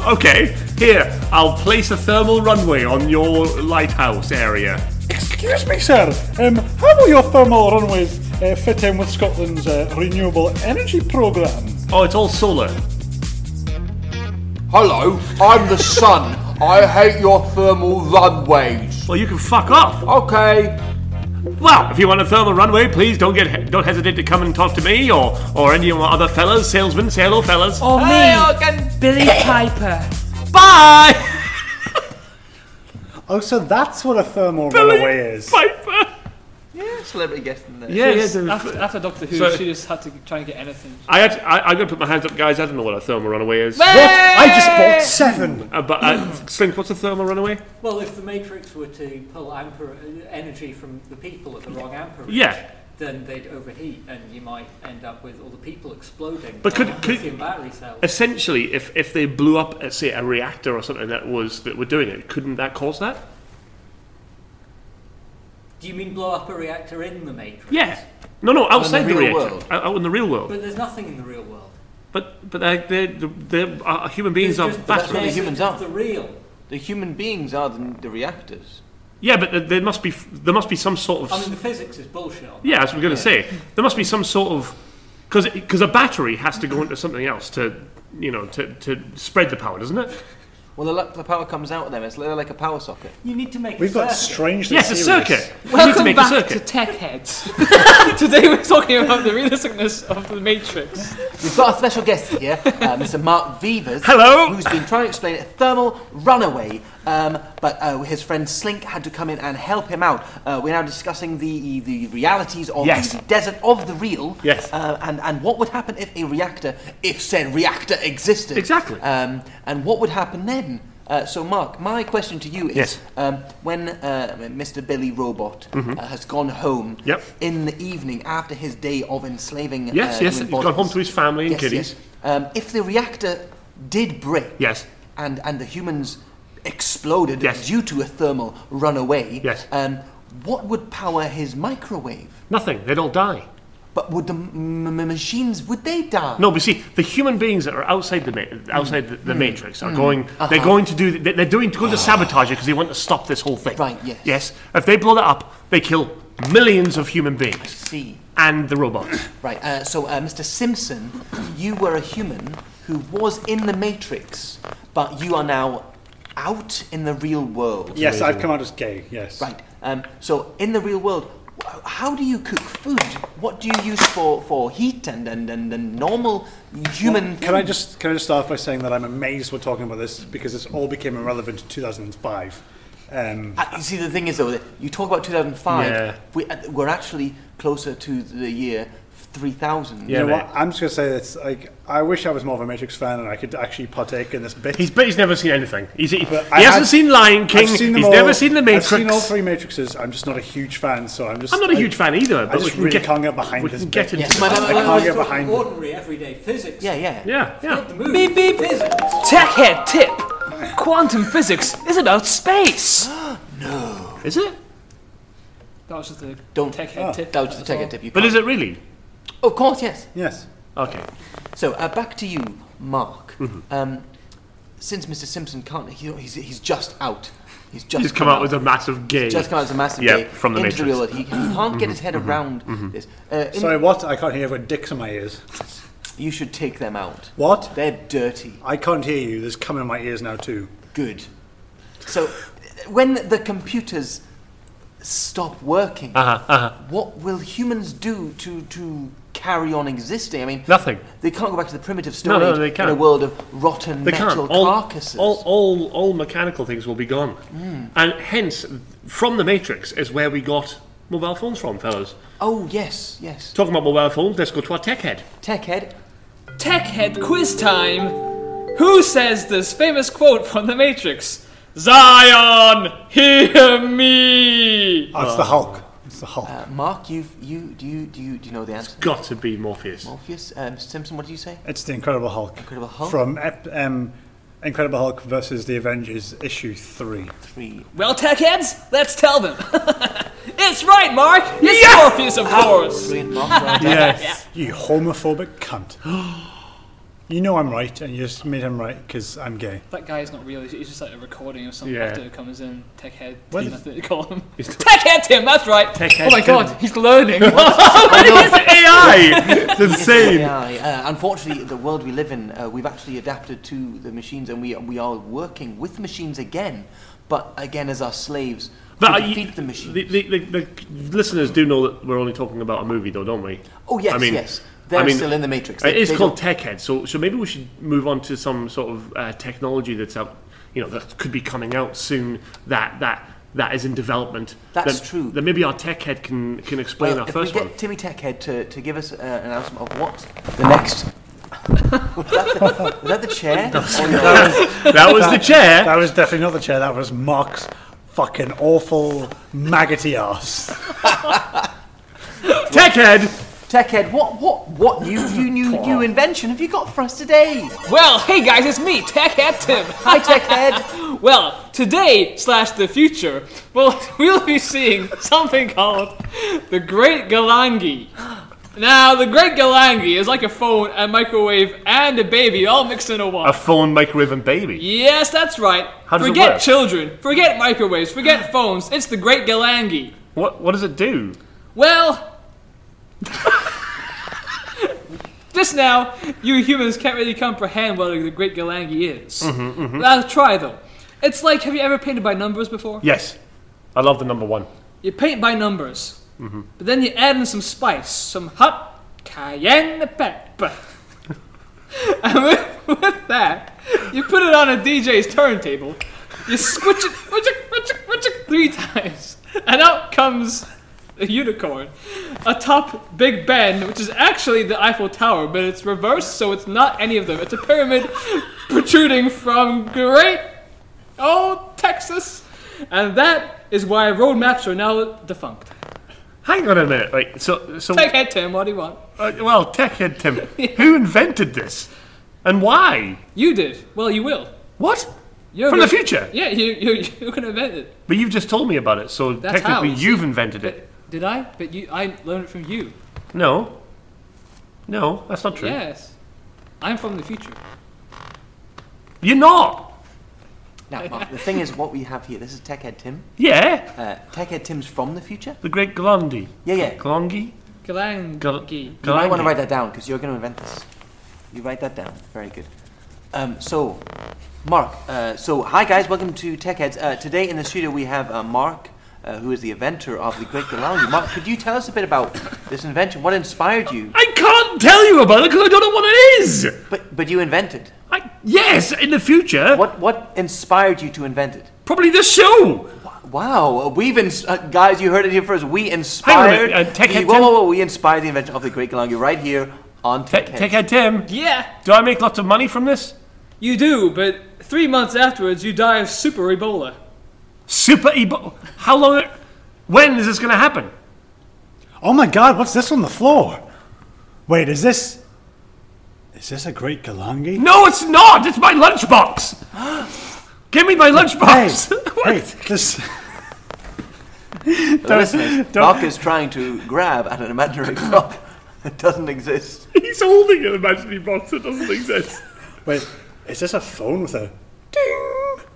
S1: Okay, here, I'll place a thermal runway on your lighthouse area.
S2: Excuse me, sir. Um, how will your thermal runways uh, fit in with Scotland's uh, renewable energy programme?
S1: Oh, it's all solar.
S3: Hello, I'm the sun. I hate your thermal runways.
S1: Well, you can fuck off.
S3: Okay.
S1: Well, if you want a thermal runway, please don't get don't hesitate to come and talk to me or or any of my other fellas, salesmen, say hello, fellas.
S5: Or me, Billy Piper.
S1: Bye.
S2: Oh, so that's what a thermal runaway is.
S1: Piper.
S3: Yeah, celebrity guest in there.
S1: Yeah, yeah.
S5: after, after Doctor Who,
S1: So-
S5: she just had to try and get anything.
S1: I had I, I'm gonna put my hands up, guys. I don't know what a thermal runaway is.
S2: What? I just bought seven.
S1: Uh, but uh, Slink, what's a thermal runaway?
S6: Well, if the Matrix were to pull amper- uh, energy from the people at the wrong amperage,
S1: Yeah.
S6: then they'd overheat, and you might end up with all the people exploding.
S1: But could-
S6: like
S1: could-
S6: lithium battery cells?
S1: Essentially, if if they blew up, uh, say, a reactor or something that was that were doing it, couldn't that cause that?
S6: Do you mean blow up a reactor in the Matrix?
S1: Yeah. No, no, outside the,
S3: real
S1: reactor.
S3: world.
S1: Out, out in the real world.
S6: But there's nothing in the real world.
S1: But but they're, they're, they're, uh, human
S6: It's
S1: beings are
S6: just the
S3: that's
S1: batteries.
S3: what the
S6: basics
S3: humans
S6: of
S3: are.
S6: The real.
S3: The human beings are the, the reactors.
S1: Yeah, but there- there must be f- there must be some sort of
S6: I mean, the physics is bullshit. on
S1: yeah. That's what I'm going to say. There must be some sort of because because a battery has to go into something else to you know to, to spread the power, doesn't it?
S3: Well, the, le- the power comes out of them. It's literally like a power socket.
S6: You need to make
S2: We've
S6: a
S2: got
S6: circuit.
S2: strangely
S1: Yes, a
S2: serious.
S1: circuit. We need to
S5: Welcome
S1: make a
S5: back to
S1: circuit.
S5: Tech Heads. Today we're talking about the realisticness of the Matrix.
S3: We've got a special guest here, uh, Mr. Mark Vivers.
S1: Hello.
S3: Who's been trying to explain a thermal runaway, um, but uh, his friend Slink had to come in and help him out. Uh, we're now discussing the the realities of
S1: Yes.
S3: the desert of the real.
S1: Yes.
S3: Uh, and and what would happen if a reactor, if said reactor existed.
S1: Exactly.
S3: Um, and what would happen then? Uh, so, Mark, my question to you is:
S1: Yes. Mm-hmm.
S3: um, When uh, Mr. Billy Robot uh, has gone home
S1: Yep.
S3: in the evening after his day of enslaving
S1: Yes,
S3: uh,
S1: yes,
S3: human
S1: he's gone home
S3: bodies.
S1: to his family and
S3: Yes,
S1: kiddies.
S3: yes. Um, if the reactor did break,
S1: Yes.
S3: and and the humans exploded
S1: Yes.
S3: due to a thermal runaway,
S1: Yes.
S3: um, what would power his microwave?
S1: Nothing. They'd all die.
S3: But would the m- m- machines would they die?
S1: No, but see, the human beings that are outside the ma- outside the,
S2: Mm.
S1: the matrix are going.
S2: Uh-huh.
S1: They're going to do. They're, they're doing going to sabotage it because they want to stop this whole thing.
S3: Right, yes.
S1: Yes. If they blow that up, they kill millions of human beings
S3: See,
S1: and the robots.
S3: right. Uh, so, uh, Mr. Simpson, you were a human who was in the Matrix, but you are now out in the real world.
S2: Yes, I've come out as gay. Yes.
S3: Right. Um, so in the real world, wh- how do you cook food? What do you use for, for heat and, and, and, and normal human?
S2: Can I
S3: food?
S2: just can I just start off by saying that I'm amazed we're talking about this because this all became irrelevant in 2005. Um,
S3: Uh, you see, the thing is, though, that you talk about 2005.
S1: Yeah.
S3: We, uh, we're actually closer to the year 3000.
S1: Yeah.
S2: you know
S1: mate.
S2: what? I'm just gonna say this. Like, I wish I was more of a Matrix fan and I could actually partake in this bit.
S1: He's but he's never seen anything. He's, he
S2: But
S1: he
S2: I
S1: hasn't
S2: have-
S1: seen Lion King.
S2: I've seen them
S1: he's
S2: all.
S1: never seen the Matrix.
S2: I've seen all three Matrixes. I'm just not a huge fan, so I'm just.
S1: I'm not a
S2: like,
S1: huge fan either. But
S2: I
S1: we
S2: just
S1: can
S2: really
S1: get,
S2: can't get behind
S1: we
S2: this.
S1: can
S2: bit.
S1: get into
S3: Yes, my-
S2: I
S3: my- my-
S2: can't get
S6: Just
S2: behind. it.
S6: ordinary everyday physics.
S3: Yeah, yeah.
S1: Yeah,
S6: Not
S1: yeah.
S6: the movie.
S5: Beep, beep.
S6: Physics.
S5: Tech Head tip: Quantum physics is about space.
S1: Is it?
S5: That was just a
S3: Don't- Ah,
S5: Tech Head tip.
S3: That was just a
S5: That's
S3: take
S5: all.
S3: a tip. You
S1: But
S3: can't-
S1: is it really?
S3: Of course, yes.
S2: Yes.
S1: Okay.
S3: So uh, back to you, Mark.
S1: Mm-hmm.
S3: Um, since Mr. Simpson can't, he, he's, he's just out. He's just
S1: He's come out with a massive gay.
S3: just come out as a massive
S1: Yeah,
S3: gay
S1: from the
S3: into
S1: Matrix. Mm-hmm.
S3: the real world. He, he can't get his head around this. Uh, in-
S2: Sorry, what? I can't hear. I've got dicks in my ears.
S3: You should take them out.
S2: What?
S3: They're dirty.
S2: I can't hear you. There's cum in my ears now too.
S3: Good. So, uh, when the computers stop working,
S1: Uh-huh, uh-huh.
S3: what will humans do to to carry on existing? I mean,
S1: Nothing.
S3: They can't go back to the primitive
S1: No,
S3: stone
S1: no,
S3: age
S1: they
S3: in a
S1: can't.
S3: world of rotten
S1: They can't.
S3: metal
S1: All,
S3: carcasses. Hmm.
S1: all, all, all mechanical things will be gone. And hence, from the Matrix is where we got mobile phones from, fellas.
S3: oh yes, yes.
S1: Talking about mobile phones, let's go to our tech head.
S3: Tech head.
S5: Tech Head quiz time. Who says this famous quote from The Matrix? Zion, hear me.
S2: Oh, it's the Hulk. It's the Hulk.
S3: Uh, Mark, you've you do you do you do you know the answer?
S1: Got to be Morpheus.
S3: Morpheus, uh, Mr. Simpson, what did you say?
S2: It's the Incredible Hulk.
S3: Incredible Hulk?
S2: From ep- um, Incredible Hulk versus the Avengers issue three.
S3: Three.
S5: Well, Tech Heads, let's tell them. it's right, Mark. It's Morpheus, of course.
S3: Brilliant, Mark. well done.
S1: Yes.
S2: You homophobic cunt. you know I'm right, and you just made him right because I'm gay.
S5: That guy is not real. He's he's just like a recording of some
S1: Yeah.
S5: actor who comes in. Tech Head
S2: What
S5: Tim,
S2: the
S5: I think they call him.
S1: He's-
S5: Tech Head Tim. That's right.
S1: Tech Head
S5: oh my
S1: Tim.
S5: God, he's learning.
S1: It's AI! It's insane.
S3: Yeah, uh, unfortunately, the world we live in, uh, we've actually adapted to the machines, and we we are working with machines again, but again as our slaves
S1: But
S3: to
S1: are you-
S3: defeat the machine.
S1: the, the, the, the listeners do know that we're only talking about a movie, though, don't we?
S3: oh yes,
S1: I mean,
S3: yes, they're
S1: I mean,
S3: still in the matrix.
S1: It
S3: They-
S1: is
S3: they
S1: Uh, called
S3: don't-
S1: Tech Head, so so maybe we should move on to some sort of uh, technology that's out, you know, that could be coming out soon. That that that is in development.
S3: That's
S1: That-
S3: true.
S1: That maybe our Tech Head can can explain
S3: Well,
S1: our
S3: if
S1: first
S3: we
S1: one.
S3: get Timmy Techhead to, to give us uh, an announcement of what the next. was, that the, was that the chair? Or no?
S1: That was the chair.
S2: That was definitely not the chair. That was Mark's fucking awful maggoty ass.
S1: Tech Head.
S3: Techhead, what what what new new new new invention have you got for us today?
S5: well, hey guys, it's me, Tech Head Tim.
S3: Hi, Techhead.
S5: Well, today slash the future, well, we'll be seeing something called the Great Galangi. Now, the Great Galangi is like a phone, a microwave, and a baby all mixed into one.
S1: A phone, microwave, and baby.
S5: yes, that's right.
S1: How does it
S5: forget
S1: work?
S5: children, forget microwaves, forget phones. It's the Great Galangi.
S1: What what does it do?
S5: Well, Just now, you humans can't really comprehend what the Great Galangi is.
S1: Mm-hmm,
S5: But I'll try though. It's like, have you ever painted by numbers before?
S1: Yes. I love the number one.
S5: You paint by numbers, but then you add in some spice, some hot cayenne pepper. and with, with that, you put it on a DJ's turntable, you switch it, switch it, switch it, switch it three times, and out comes a unicorn atop Big Ben, which is actually the Eiffel Tower, but it's reversed, so it's not any of them. It's a pyramid protruding from great Oh, Texas! And that is why road maps are now defunct.
S1: Hang on a minute. Wait, so, so
S5: Take it, Tim. What do you want?
S1: uh, well, tech head Tim, who invented this, and why?
S5: You did. Well, you will.
S1: What?
S5: You're
S1: From the
S5: gonna-
S1: future?
S5: Yeah, you you you can invent it.
S1: But you've just told me about it, so
S5: That's how,
S1: technically
S5: you see.
S1: you've invented it.
S5: Did I? But you, I learned it from you.
S1: No. No, that's not true.
S5: Yes, I'm from the future.
S1: You're not.
S3: Now, Mark, the thing is, what we have here, this is Tech Head Tim.
S1: Yeah.
S3: Uh, Tech Head Tim's from the future.
S1: The Great Galandi.
S3: Yeah, yeah.
S1: Glongi?
S5: Galangi.
S3: You might want to write that down because you're going to invent this. You write that down. Very good. Um, so, Mark. Uh, so, hi guys, welcome to Tech Heads. Uh, today in the studio we have uh, Mark, uh, who is the inventor of the Great Galangi. Mark, could you tell us a bit about this invention? What inspired you?
S1: I can't tell you about it because I don't know what it is.
S3: But but you invented.
S1: I, yes, in the future,
S3: What what inspired you to invent it?
S1: probably this show.
S3: Wow, we've ins- uh, guys, you heard it here first. We
S1: on a
S3: inspired.
S1: minute, uh, Tech
S3: the-
S1: Head
S3: whoa,
S1: Tim?
S3: whoa, whoa, we inspired the invention of the Great Galangi right here on
S1: Te-
S3: Tech Heads.
S1: Tech head Tim,
S5: Yeah,
S1: do I make lots of money from this?
S5: you do. But three months afterwards, you die of super Ebola.
S1: Super Ebo. How long? When is this going to happen?
S2: Oh my god, what's this on the floor? Wait, is this. Is this a great Galangi?
S1: No, it's not. It's my lunchbox. Give me my lunchbox. What?
S2: Hey, this.
S3: The listeners, Mark is trying to grab at an imaginary cup that doesn't exist.
S1: He's holding an imaginary box that doesn't exist.
S2: Wait, is this a phone with a,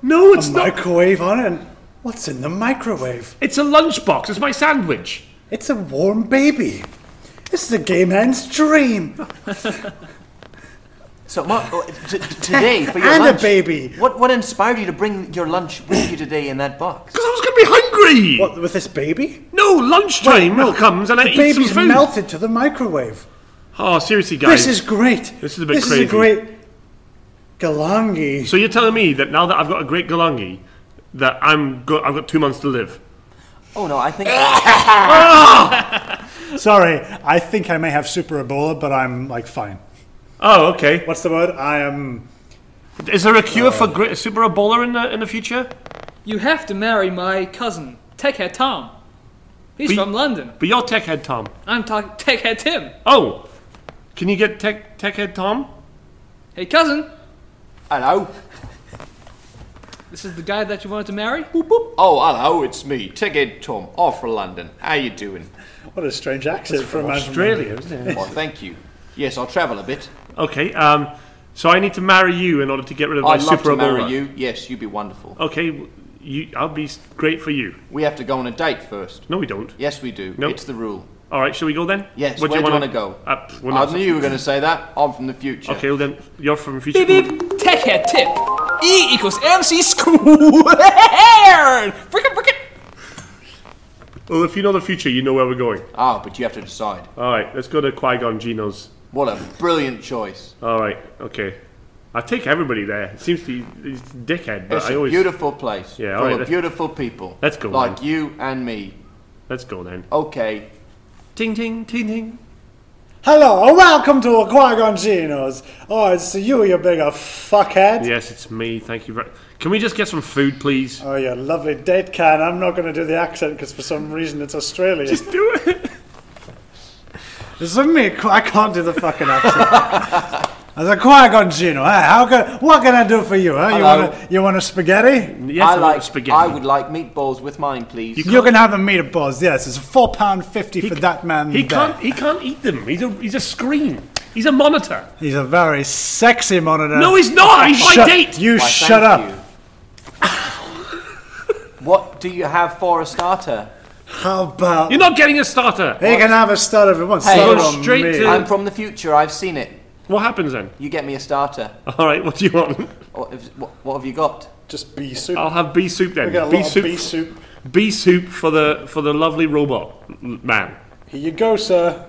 S1: No,
S2: a
S1: it's not.
S2: microwave on it? And what's in the microwave?
S1: It's a lunchbox. It's my sandwich.
S2: It's a warm baby. This is a gay man's dream.
S3: So, Mark, oh, t- t- today for your
S2: And a
S3: lunch,
S2: baby.
S3: What what inspired you to bring your lunch with you today in that box?
S1: Because I was going to be hungry.
S2: What, with this baby?
S1: No, lunchtime
S2: Wait, no.
S1: comes and I
S2: The
S1: eat some
S2: baby's
S1: food.
S2: melted to the microwave.
S1: Oh, seriously, guys.
S2: This is great.
S1: This is a bit
S2: This
S1: crazy.
S2: is a great Galangi.
S1: So you're telling me that now that I've got a great galangi, that I'm go- I've got two months to live.
S3: Oh no, I think
S2: Sorry, I think I may have super Ebola, but I'm like fine.
S1: Oh, okay.
S2: What's the word? I am.
S1: Is there a cure for great super Ebola in the in the future?
S5: You have to marry my cousin, Techhead Tom. He's
S1: Be-
S5: from London.
S1: But you're tech head Tom.
S5: I'm talking Techhead Tim.
S1: Oh, can you get tech tech head Tom?
S5: Hey, cousin.
S3: hello.
S5: This is the guy that you wanted to marry?
S7: Oh, hello, it's me, Ticket Tom, off for London. How you doing?
S2: What a strange accent from
S1: Australia, isn't it?
S7: Well, thank you. Yes, I'll travel a bit.
S1: okay. Um, so I need to marry you in order to get rid of my
S7: I'd love to
S1: super Ebola.
S7: marry you. Yes, you'd be wonderful.
S1: Okay, w- you. I'll be s- great for you.
S7: We have to go on a date first.
S1: No, we don't.
S7: Yes, we do.
S1: Nope.
S7: It's the rule.
S1: All right, shall we go then?
S7: Yes,
S1: What
S7: where do you
S1: wanna-
S7: wanna go?
S1: Uh, pff, we're
S7: I
S1: not-
S7: knew you were going to say that. I'm from the future.
S1: Okay, well then you're from future.
S5: Beep beep. Tech head tip. E equals MC squared. Brick it, brick it.
S1: Well, if you know the future, you know where we're going.
S7: Ah, but you have to decide.
S1: All right, let's go to Qui Gon Geno's.
S7: What a brilliant choice.
S1: All right, okay. I take everybody there. It seems to be it's dickhead, but
S7: It's
S1: I
S7: a
S1: always
S7: beautiful place.
S1: Yeah,
S7: full
S1: alright,
S7: of
S1: let's-
S7: beautiful people.
S1: let's go
S7: Like
S1: then.
S7: you and me.
S1: let's go then.
S7: Okay.
S1: Ting ting ting ting.
S2: Hello, and welcome to Aquagon Genos. Oh, it's you, you bigger fuckhead.
S1: Yes, it's me. Thank you very. Can we just get some food, please?
S2: Oh, you lovely date can. I'm not going to do the accent because for some reason it's Australian. Just
S1: Do it.
S2: this is me. I can't do the fucking accent. As a Qui-Gon Gino, eh? How can, what can I do for you? Huh? You
S7: Hello.
S2: want a, you want a spaghetti?
S1: Yes, I,
S7: I like
S1: want spaghetti.
S7: I would like meatballs with mine, please.
S2: You can have a meatballs. Yes, it's four pound fifty for
S1: c-
S2: that man.
S1: He
S2: there.
S1: can't. He can't eat them. He's a. He's a screen. He's a monitor.
S2: He's a very sexy monitor.
S1: No, he's not. He's my
S2: Shut-
S1: date.
S2: You
S7: Why,
S2: shut
S7: thank
S2: up.
S7: you.
S3: What do you have for a starter?
S8: How about
S1: You're not getting a starter.
S8: they can have a start if it wants?
S3: Hey,
S8: Start
S3: go
S8: on
S1: straight
S8: me.
S1: to-
S3: I'm from the future. I've seen it.
S1: What happens then?
S3: You get me a starter.
S1: All right, what do you want?
S3: What, if- what, what have you got?
S2: Just bee soup.
S1: I'll have bee soup then.
S2: we got a
S1: Uh, Bee
S2: lot
S1: soup,
S2: of bee soup.
S1: bee soup for the for the lovely robot m- man.
S2: Here you go, sir.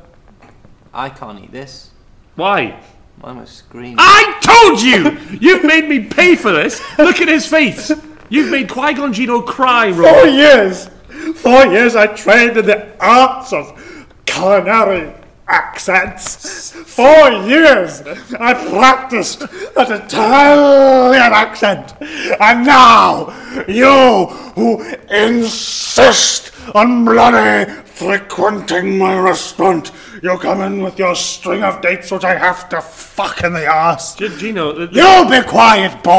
S3: I can't eat this.
S1: Why?
S3: I'm a scream.
S1: I told you! You've made me pay for this. Look at his face. You've made Qui Gon Jino cry,
S2: Four
S1: Rob.
S2: years. Four years I trained in the arts of culinary accents. Four years I practiced that Italian accent. And now, you who insist on bloody frequenting my restaurant, you come in with your string of dates which I have to fuck in the ass.
S1: G- Gino, th- th-
S2: You be quiet, boy.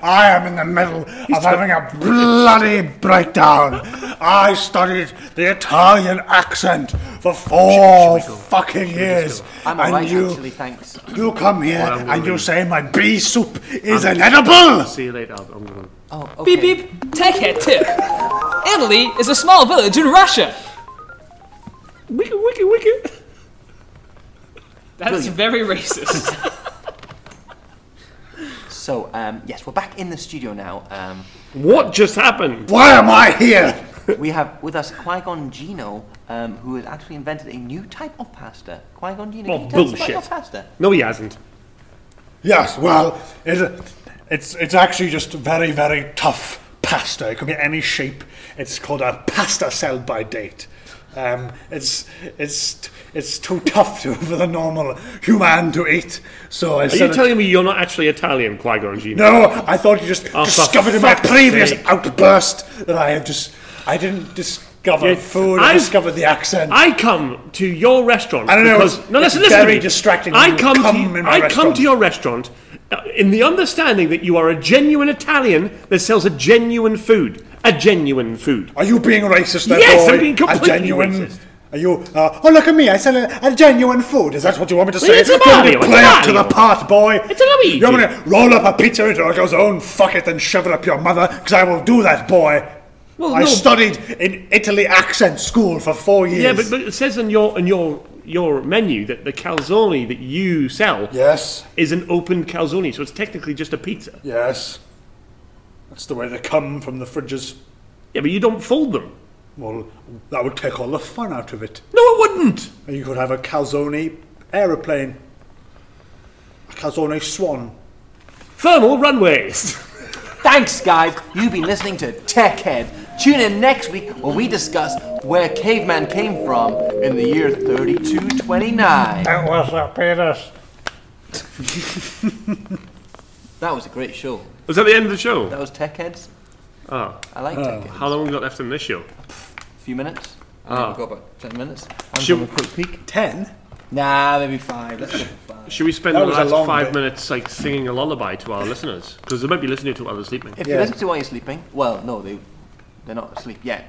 S2: I am in the middle of having a bloody breakdown. I studied the Italian accent for four fucking years,
S3: I'm
S2: and
S3: alright,
S2: you
S3: actually, thanks.
S2: you come here
S1: I'm gonna
S2: and you
S1: leave.
S2: say my bee soup is inedible.
S1: see you later. I'm going.
S3: Oh, okay.
S5: Beep beep. Tech head tip. Italy is a small village in Russia.
S1: Wicked, wicked, wicked.
S5: That's very racist.
S3: So, um, yes, we're back in the studio now. Um,
S1: What just happened?
S2: Why am I here?
S3: we have with us Qui Gon Gino, um, who has actually invented a new type of pasta. Qui Gon Gino,
S1: Oh,
S3: can you tell us about
S1: bullshit.
S3: your pasta?
S1: No, he hasn't.
S2: Yes, well, it, it's it's actually just very very tough pasta. It can be any shape. It's called a pasta sell by date. Um, it's it's it's too tough to, for the normal human to eat. So I
S1: Are
S2: said,
S1: you
S2: it-
S1: telling me you're not actually Italian, Qui Gon Jino?
S2: "No, I thought you just
S1: Oh, for
S2: discovered in my
S1: fuck's
S2: previous
S1: sake.
S2: outburst that I have just I didn't discover
S1: Yeah,
S2: food. I
S1: I've-
S2: discovered the accent."
S1: I come to your restaurant.
S2: I don't know,
S1: Because,
S2: it's-
S1: no,
S2: it's
S1: listen, listen. to
S2: very
S1: me.
S2: distracting when
S1: I
S2: you
S1: come,
S2: come
S1: to,
S2: in my
S1: I come
S2: restaurant.
S1: to your restaurant uh, in the understanding that you are a genuine Italian that sells a genuine food. A genuine food.
S2: Are you being racist, there,
S1: Yes,
S2: boy?
S1: I'm being completely
S2: a genuine.
S1: racist.
S2: Are you? Uh, oh, look at me! I sell a, a genuine food. Is that what you want me to say?
S1: It's a
S2: You want me
S1: Mario,
S2: to
S1: it's
S2: play
S1: a
S2: up to the
S1: Mario.
S2: part, boy.
S1: It's a Luigi.
S2: You want me to roll up a pizza into a girl's own fuck it and shove it up your mother? Because I will do that, boy.
S1: Well,
S2: I
S1: no.
S2: studied in Italy accent school for four years.
S1: Yeah, but, but it says on your on your your menu that the calzone that you sell
S2: yes,
S1: is an open calzone, so it's technically just a pizza.
S2: yes, that's the way they come from the fridges.
S1: Yeah, but you don't fold them.
S2: Well, that would take all the fun out of it.
S1: No, it wouldn't.
S2: You could have a calzone aeroplane, a calzone swan.
S1: Thermal runways.
S3: Thanks, guys. You've been listening to Tech Head. Tune in next week where we discuss where caveman came from in the year 3229.
S9: That was a penis.
S3: That was a great show.
S1: Was that the end of the show?
S3: That was Tech Heads.
S1: Oh.
S3: I like Tech Heads.
S1: How long we got left in this show?
S3: A few minutes. Oh. We've got about 10 minutes. I'm
S1: Should-
S3: going a quick peek.
S2: Ten.
S3: Nah, maybe five. Let's go for five.
S1: Should we spend
S2: That
S1: the
S2: was a
S1: last
S2: long
S1: five
S2: bit.
S1: minutes like singing a lullaby to our listeners? Because they might be listening to it while they're sleeping.
S3: If
S2: Yeah.
S3: you listen to it while you're sleeping, well, no, they, they're not asleep yet.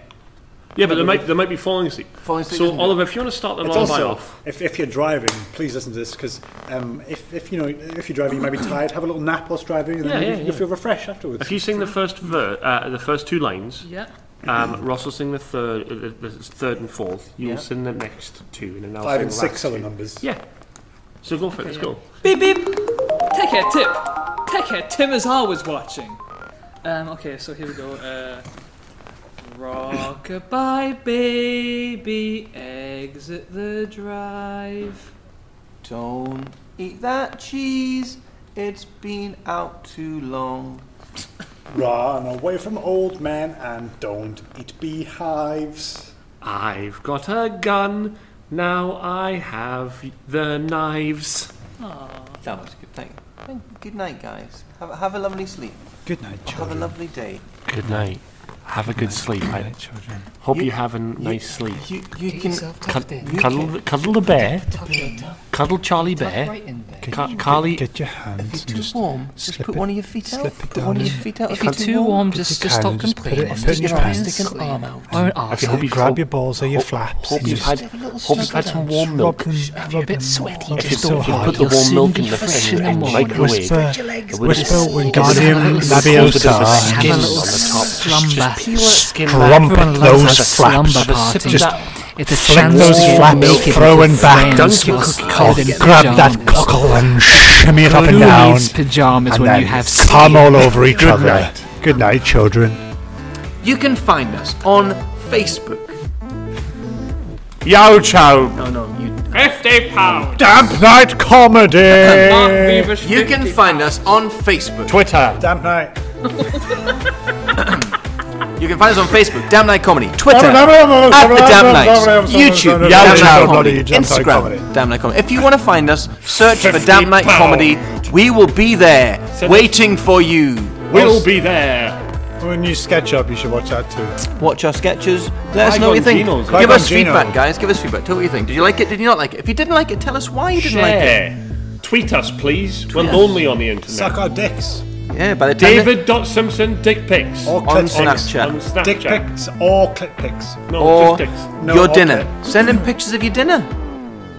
S1: Yeah, but they might they might be falling asleep.
S3: Falling asleep,
S1: So
S3: isn't it?
S1: Oliver, if you want to start the
S2: It's
S1: lullaby
S2: also
S1: off,
S2: if, if you're driving, please listen to this because um, if, if you know if you're driving, you might be tired. Have a little nap whilst driving, and then
S1: Yeah,
S2: you,
S1: yeah,
S2: you
S1: yeah.
S2: feel refreshed afterwards.
S1: if you sing the first ver- uh, the first two lines,
S5: yeah.
S1: um, Ross will sing the third uh, the, the third and fourth. You'll sing the next two, and then I'll
S2: Five
S1: sing
S2: and
S1: the
S2: six
S1: last
S2: are the
S1: two.
S2: numbers.
S1: Yeah. So go for it. Let's go.
S5: Beep beep. Tech head tip. Tech head Tim is always watching. Um, okay, so here we go. Uh, rock goodbye, baby. Exit the drive.
S3: Don't eat that cheese. It's been out too long.
S2: Run away from old man and don't eat beehives.
S1: I've got a gun. Now I have the knives.
S3: That was good. Thank, thank, good night, guys. Have, a- have a lovely sleep.
S8: Good night,
S3: Have a
S8: children.
S3: lovely day.
S1: Good night. Have a good sleep.
S8: Good
S1: I
S8: night, children.
S1: hope you have a nice sleep.
S3: You, you
S4: Get
S3: can.
S4: yourself tucked in.
S1: Cuddle, the- cuddle the bear.
S4: Tuck in, tuck
S1: Cuddle Charlie Bear.
S4: right in there.
S1: Ca- Carly,
S8: Get your hands.
S3: If you're
S8: and
S3: too
S8: just
S3: warm, just
S8: slip
S3: put
S8: it-
S3: one of your feet out.
S8: slip it
S3: Put
S8: down
S3: one of
S8: in.
S3: your feet out. If
S4: You're
S3: you're
S4: too warm, just,
S8: your
S4: just stop
S8: hand and just put it
S4: complaining.
S8: in
S4: Just
S8: your
S4: get your
S8: pants.
S4: plastic and arm out. Or an arse.
S1: hope you
S8: grab your balls or your flaps.
S1: hope
S8: and
S1: you've
S8: just
S1: had,
S4: have a little
S1: hope you've had
S4: snuggle
S1: some
S4: down.
S1: warm milk.
S8: rub
S4: If
S8: them-
S4: you're a bit
S8: rub
S4: sweaty,
S8: them
S1: If you,
S4: just
S8: so
S4: don't
S1: if you
S8: hard.
S1: put the
S4: You'll
S1: warm
S4: soon
S1: milk
S4: be
S1: in the
S4: fresh
S1: fridge
S4: in the
S1: and
S4: morning.
S1: microwave,
S8: Whisper,
S4: Your
S1: Whisper
S4: legs will
S8: whisper
S4: be sore.
S8: Wingardium
S4: Just have a little
S8: Leviosa.
S4: Have a
S1: Skin
S4: little
S1: on the top.
S4: slumber.
S10: pure
S4: Strumpet those flaps. Just
S10: it's a
S4: flick those flaps, throw and back, cock, grab that cockle and shimmy it up and
S10: Who
S4: down.
S10: needs pajamas
S4: and
S10: when
S4: then
S10: you have
S4: palm
S10: steam?
S4: all over each
S10: Good
S4: other.
S10: night.
S4: Good night, children.
S3: You can find us on Facebook.
S4: Yo, chow.
S3: No, no, you
S5: Fifty pounds.
S4: Damp night comedy.
S3: You can find us on Facebook.
S4: Twitter.
S2: Damn night.
S3: You can find us on Facebook, Damn Night Comedy, Twitter,
S2: Damn Night Comedy,
S3: at the
S2: Damn
S3: Damn
S2: Night
S3: Nights,
S2: Comedy,
S3: YouTube,
S2: Damn Night
S3: Damn Night
S2: Comedy,
S3: Comedy,
S2: Damn Night Comedy.
S3: Instagram, Damn Night Comedy. If you want to find us, search for Damn Night Comedy. We will be there, waiting for you.
S1: We'll be there.
S2: When you sketch up, you should watch that too.
S3: Watch our sketches. Let us know what you think.
S2: Qui-Gon Jinnn's
S3: Give us
S2: Qui-Gon Jinn.
S3: feedback, guys. Give us feedback. Tell us what you think. Did you like it? Did you not like it? If you didn't like it, tell us why you didn't like it.
S1: Share. Tweet us, please. We're lonely on the internet.
S2: Suck our dicks.
S3: Yeah, by the time
S1: David.Simpson dick pics.
S2: Or
S3: On
S2: clit pics.
S3: Snapchat.
S1: On Snapchat.
S2: Dick pics or clit pics.
S1: No, just
S3: or
S1: dicks.
S2: No,
S3: your
S2: or
S3: dinner. Send him pictures of your dinner.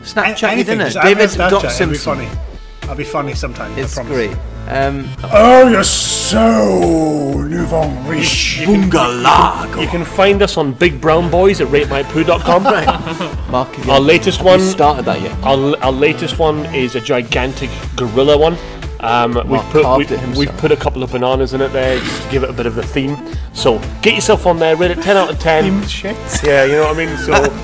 S3: Snapchat your
S2: Anything.
S3: dinner.
S2: Just add me on
S3: David
S2: Snapchat,
S3: dot
S2: It'll be
S3: Simpson.
S2: funny. I'll be funny sometimes.
S3: It's
S2: I promise.
S3: great. Um,
S11: Oh, you're so nouveau riche.
S3: Bungalago.
S1: You can find us on bigbrownboys at ratemypoo.com.
S3: Mark, have you-
S1: Our latest
S3: have
S1: one,
S3: you started that yet?
S1: our, our latest one is a gigantic gorilla one. Um, we've
S3: Mark
S1: put
S3: carved
S1: we've,
S3: it himself.
S1: we've put a couple of bananas in it there just to give it a bit of a theme. So get yourself on there, rate it ten out of ten. yeah, you know what I mean. So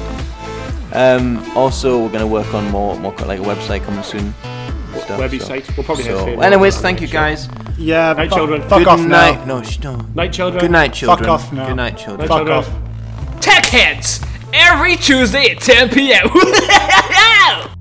S3: Um, also, we're going to work on more, more co- like a website coming soon. Stuff,
S1: website. We'll probably have
S3: So,
S1: to-
S3: anyways, thank you guys.
S2: Yeah,
S1: Night,
S2: fuck,
S1: children.
S2: Fuck
S3: Good
S2: off
S3: night.
S2: now.
S3: No, sh- no.
S1: night, children.
S3: Good night, children.
S2: off now.
S3: Good night, children.
S2: Fuck off.
S5: Tech Heads every Tuesday at 10 p.m.